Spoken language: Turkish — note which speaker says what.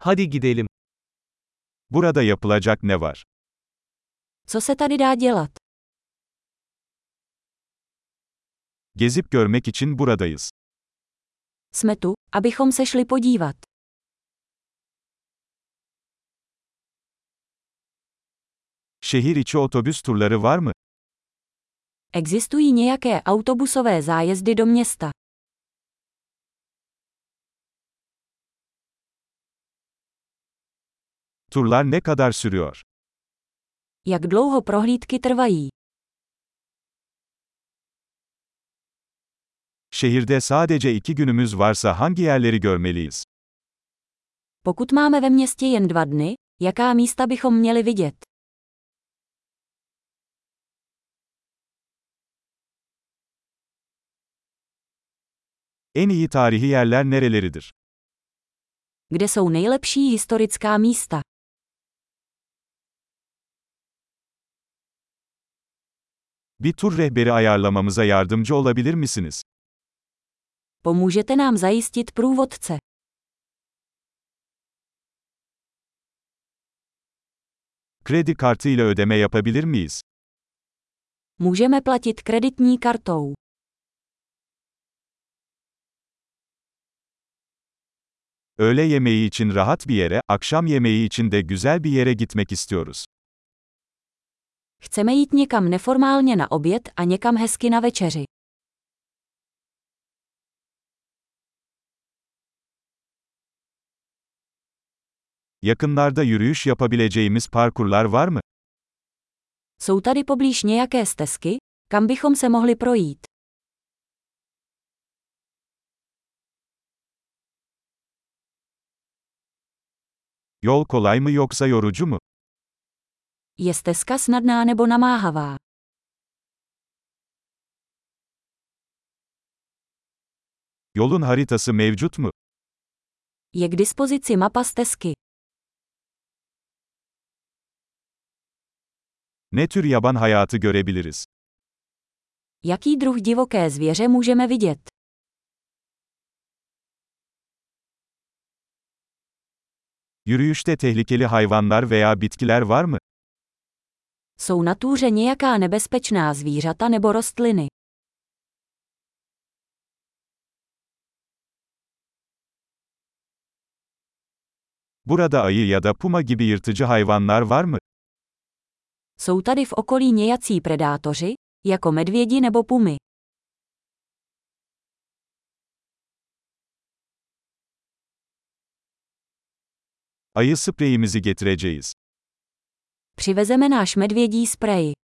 Speaker 1: Hadi gidelim. Burada yapılacak ne var?
Speaker 2: Co se tady dá dělat?
Speaker 1: Gezip görmek için buradayız.
Speaker 2: Jsme tu, abychom se šli podívat.
Speaker 1: Şehir içi otobüs turları var mı?
Speaker 2: Existují nějaké autobusové zájezdy do města.
Speaker 1: Turlar ne kadar sürüyor?
Speaker 2: Jak dlouho prohlídky trvají?
Speaker 1: Şehirde sadece iki günümüz varsa hangi yerleri görmeliyiz?
Speaker 2: Pokud máme ve městě jen dva dny, jaká místa bychom měli vidět?
Speaker 1: En iyi tarihi yerler nereleridir?
Speaker 2: Kde jsou nejlepší historická místa?
Speaker 1: Bir tur rehberi ayarlamamıza yardımcı olabilir misiniz?
Speaker 2: Pomůžete nám zajistit průvodce.
Speaker 1: Kredi kartı ile ödeme yapabilir miyiz?
Speaker 2: Můžeme platit kreditní kartou.
Speaker 1: Öğle yemeği için rahat bir yere, akşam yemeği için de güzel bir yere gitmek istiyoruz.
Speaker 2: Chceme jít někam neformálně na oběd a někam hezky na večeři.
Speaker 1: Yakınlarda yürüyüş yapabileceğimiz parkurlar var mı?
Speaker 2: Jsou tady poblíž nějaké stezky, kam bychom se mohli projít?
Speaker 1: Yol kolay mı yoksa yorucu mu?
Speaker 2: Je stezka snadná nebo namáhavá?
Speaker 1: Yolun haritası mevcut mu?
Speaker 2: Je k dispozici mapa stezky.
Speaker 1: Ne tür yaban hayatı görebiliriz?
Speaker 2: Jaký druh divoké zvěře můžeme vidět?
Speaker 1: Yürüyüşte tehlikeli hayvanlar veya bitkiler var mı?
Speaker 2: Jsou na túře nějaká nebezpečná zvířata nebo rostliny?
Speaker 1: Burada ayı ya da puma gibi yırtıcı hayvanlar var mı?
Speaker 2: Jsou tady v okolí nějací predátoři, jako medvědi nebo pumy?
Speaker 1: Ayı spreyimizi getireceğiz.
Speaker 2: Přivezeme náš medvědí sprej.